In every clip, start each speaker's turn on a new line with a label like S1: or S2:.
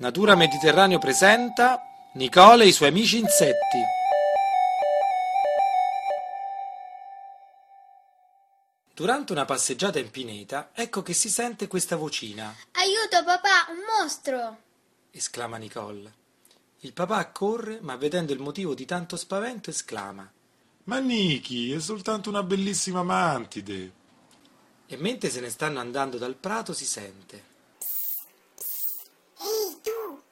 S1: Natura Mediterraneo presenta Nicole e i suoi amici insetti. Durante una passeggiata in pineta, ecco che si sente questa vocina,
S2: Aiuto papà, un mostro!
S1: esclama Nicole. Il papà accorre, ma vedendo il motivo di tanto spavento, esclama.
S3: Ma Niki, è soltanto una bellissima mantide.
S1: E mentre se ne stanno andando dal prato, si sente.
S4: Ehi tu,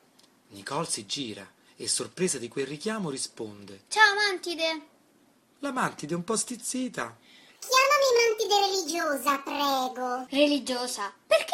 S1: Nicole si gira e, sorpresa di quel richiamo, risponde.
S2: Ciao Mantide!
S1: La mantide, un po' stizzita,
S4: chiamami mantide religiosa, prego.
S2: Religiosa. Perché?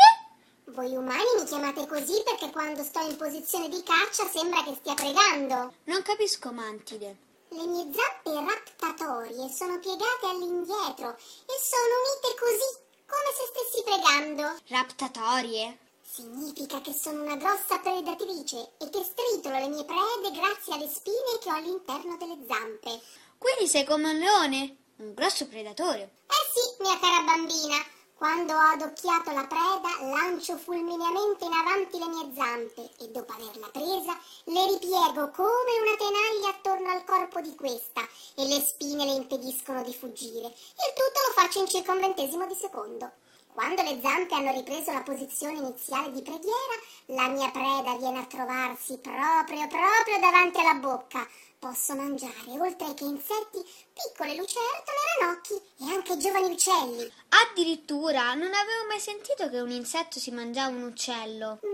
S4: Voi umani mi chiamate così perché quando sto in posizione di caccia sembra che stia pregando.
S2: Non capisco Mantide.
S4: Le mie zampe raptatorie sono piegate all'indietro e sono unite così, come se stessi pregando.
S2: Raptatorie?
S4: Significa che sono una grossa predatrice e che stritolo le mie prede grazie alle spine che ho all'interno delle zampe.
S2: Quindi sei come un leone, un grosso predatore.
S4: Eh sì, mia cara bambina, quando ho adocchiato la preda lancio fulmineamente in avanti le mie zampe e dopo averla presa le ripiego come una tenaglia attorno al corpo di questa e le spine le impediscono di fuggire. Il tutto lo faccio in circa un ventesimo di secondo. Quando le zampe hanno ripreso la posizione iniziale di preghiera, la mia preda viene a trovarsi proprio proprio davanti alla bocca. Posso mangiare, oltre che insetti, piccole lucertole, ranocchi e anche giovani uccelli.
S2: Addirittura non avevo mai sentito che un insetto si mangiava un uccello.
S4: Beh,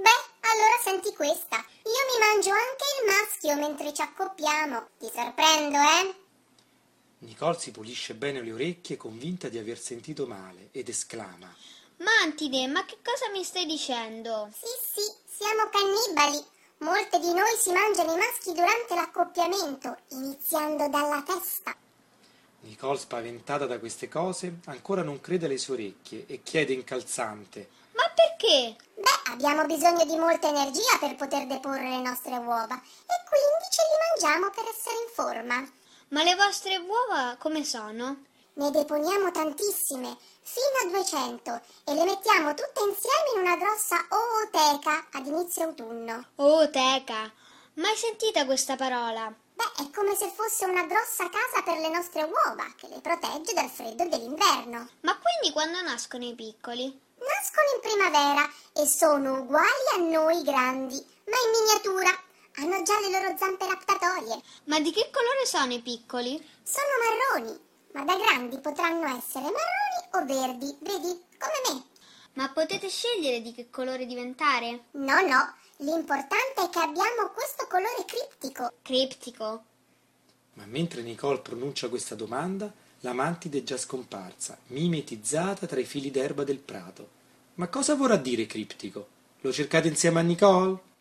S4: allora senti questa. Io mi mangio anche il maschio mentre ci accoppiamo. Ti sorprendo, eh?
S1: Nicole si pulisce bene le orecchie convinta di aver sentito male ed esclama.
S2: Mantide, ma che cosa mi stai dicendo?
S4: Sì, sì, siamo cannibali. Molte di noi si mangiano i maschi durante l'accoppiamento, iniziando dalla testa.
S1: Nicole, spaventata da queste cose, ancora non crede alle sue orecchie e chiede incalzante.
S2: Ma perché?
S4: Beh, abbiamo bisogno di molta energia per poter deporre le nostre uova e quindi ce li mangiamo per essere in forma.
S2: Ma le vostre uova come sono?
S4: Ne deponiamo tantissime, fino a 200, e le mettiamo tutte insieme in una grossa ooteca ad inizio autunno.
S2: Oh, teca, mai sentita questa parola?
S4: Beh, è come se fosse una grossa casa per le nostre uova, che le protegge dal freddo dell'inverno.
S2: Ma quindi quando nascono i piccoli?
S4: Nascono in primavera e sono uguali a noi grandi, ma in miniatura. Hanno già le loro zampe raptatorie.
S2: Ma di che colore sono i piccoli?
S4: Sono marroni, ma da grandi potranno essere marroni o verdi, vedi? Come me.
S2: Ma potete scegliere di che colore diventare?
S4: No, no, l'importante è che abbiamo questo colore criptico.
S2: Criptico.
S1: Ma mentre Nicole pronuncia questa domanda, la mantide è già scomparsa, mimetizzata tra i fili d'erba del prato. Ma cosa vorrà dire criptico? Lo cercate insieme a Nicole?